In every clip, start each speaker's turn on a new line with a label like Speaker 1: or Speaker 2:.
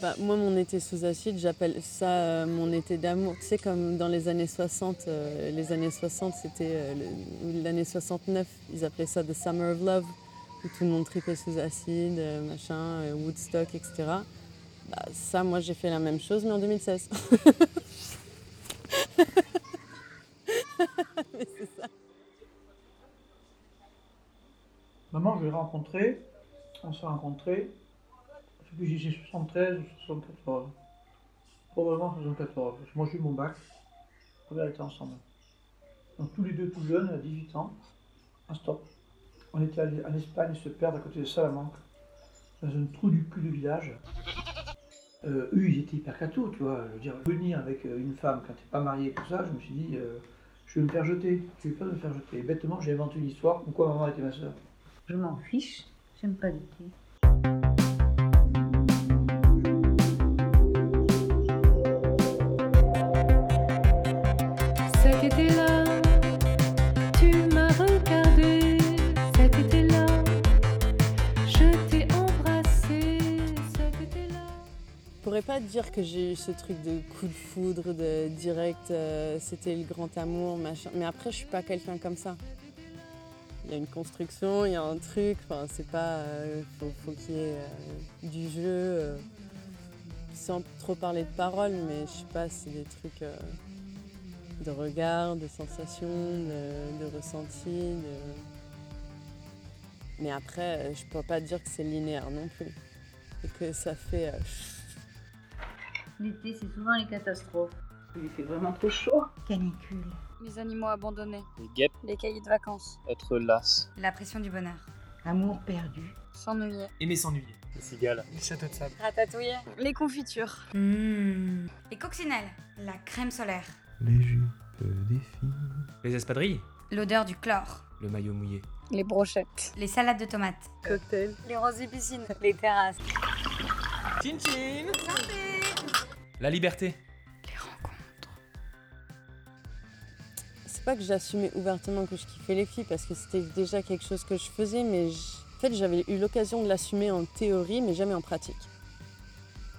Speaker 1: Bah, moi, mon été sous acide, j'appelle ça euh, mon été d'amour. Tu sais, comme dans les années 60, euh, les années 60, c'était euh, le- l'année 69, ils appelaient ça The Summer of Love, où tout le monde tripait sous acide, euh, machin, euh, Woodstock, etc. Bah, ça, moi, j'ai fait la même chose, mais en 2016. Mais c'est ça.
Speaker 2: Maman, je l'ai rencontrée, on s'est rencontrés, je sais plus, j'ai 73 ou 74. Probablement 74. parce que Moi, j'ai eu mon bac, on a été ensemble. Donc, tous les deux tout jeunes, à 18 ans, un stop. On était allés en Espagne se perdre à côté de Salamanque, dans un trou du cul de village. Euh, eux, ils étaient hyper cathos, tu vois. Je veux dire, venir avec euh, une femme quand t'es pas marié et tout ça, je me suis dit, euh, je vais me faire jeter. Je vais pas me faire jeter. Et bêtement, j'ai inventé une histoire comme quoi maman était ma soeur.
Speaker 3: Je m'en fiche, j'aime pas l'été.
Speaker 4: Cet été-là, tu m'as regardé. Cet été-là, je t'ai embrassé. Cet été-là.
Speaker 1: Je pourrais pas dire que j'ai eu ce truc de coup de foudre, de direct, euh, c'était le grand amour, machin. Mais après, je suis pas quelqu'un comme ça. Il y a une construction, il y a un truc, enfin, c'est pas. euh, faut, faut qu'il y ait euh, du jeu, euh, sans trop parler de paroles, mais je sais pas, c'est des trucs euh, de regard, de sensations, de, de ressenti. de- Mais après, euh, je peux pas dire que c'est linéaire non plus. Et que ça fait. euh,
Speaker 3: L'été, c'est souvent les catastrophes.
Speaker 5: Il fait vraiment trop chaud.
Speaker 3: Canicule.
Speaker 6: Les animaux abandonnés,
Speaker 7: Les guêpes,
Speaker 6: les cahiers de vacances,
Speaker 7: être las,
Speaker 8: La pression du bonheur.
Speaker 3: Amour perdu.
Speaker 6: s'ennuyer,
Speaker 9: Aimer s'ennuyer.
Speaker 7: les cigales,
Speaker 9: Le château de sable.
Speaker 6: ratatouiller, les confitures,
Speaker 8: Mmh. Les coccinelles. La crème solaire.
Speaker 10: Les jupes des filles.
Speaker 9: Les espadrilles.
Speaker 8: L'odeur du chlore.
Speaker 9: Le maillot mouillé.
Speaker 6: les brochettes,
Speaker 8: Les salades de tomates.
Speaker 3: Cocktail.
Speaker 6: les rosées piscines, les terrasses,
Speaker 9: Chin chin La liberté.
Speaker 8: Les rencontres.
Speaker 1: c'est pas que j'assumais ouvertement que je kiffais les filles parce que c'était déjà quelque chose que je faisais, mais j- en fait j'avais eu l'occasion de l'assumer en théorie mais jamais en pratique.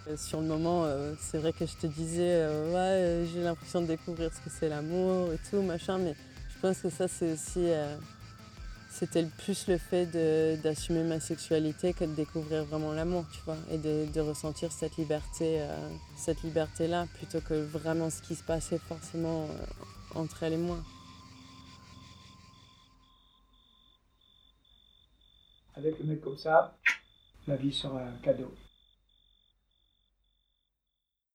Speaker 1: Euh, Sur le moment, euh, c'est vrai que je te disais, euh, ouais, euh, j'ai l'impression de découvrir ce que c'est l'amour et tout, machin, mais je pense que ça c'est aussi. euh, c'était le plus le fait de- d'assumer ma sexualité que de découvrir vraiment l'amour, tu vois, et de, de ressentir cette liberté, euh, cette liberté-là, plutôt que vraiment ce qui se passait forcément euh, entre elle et moi.
Speaker 2: Avec un mec comme ça, la vie sera un cadeau.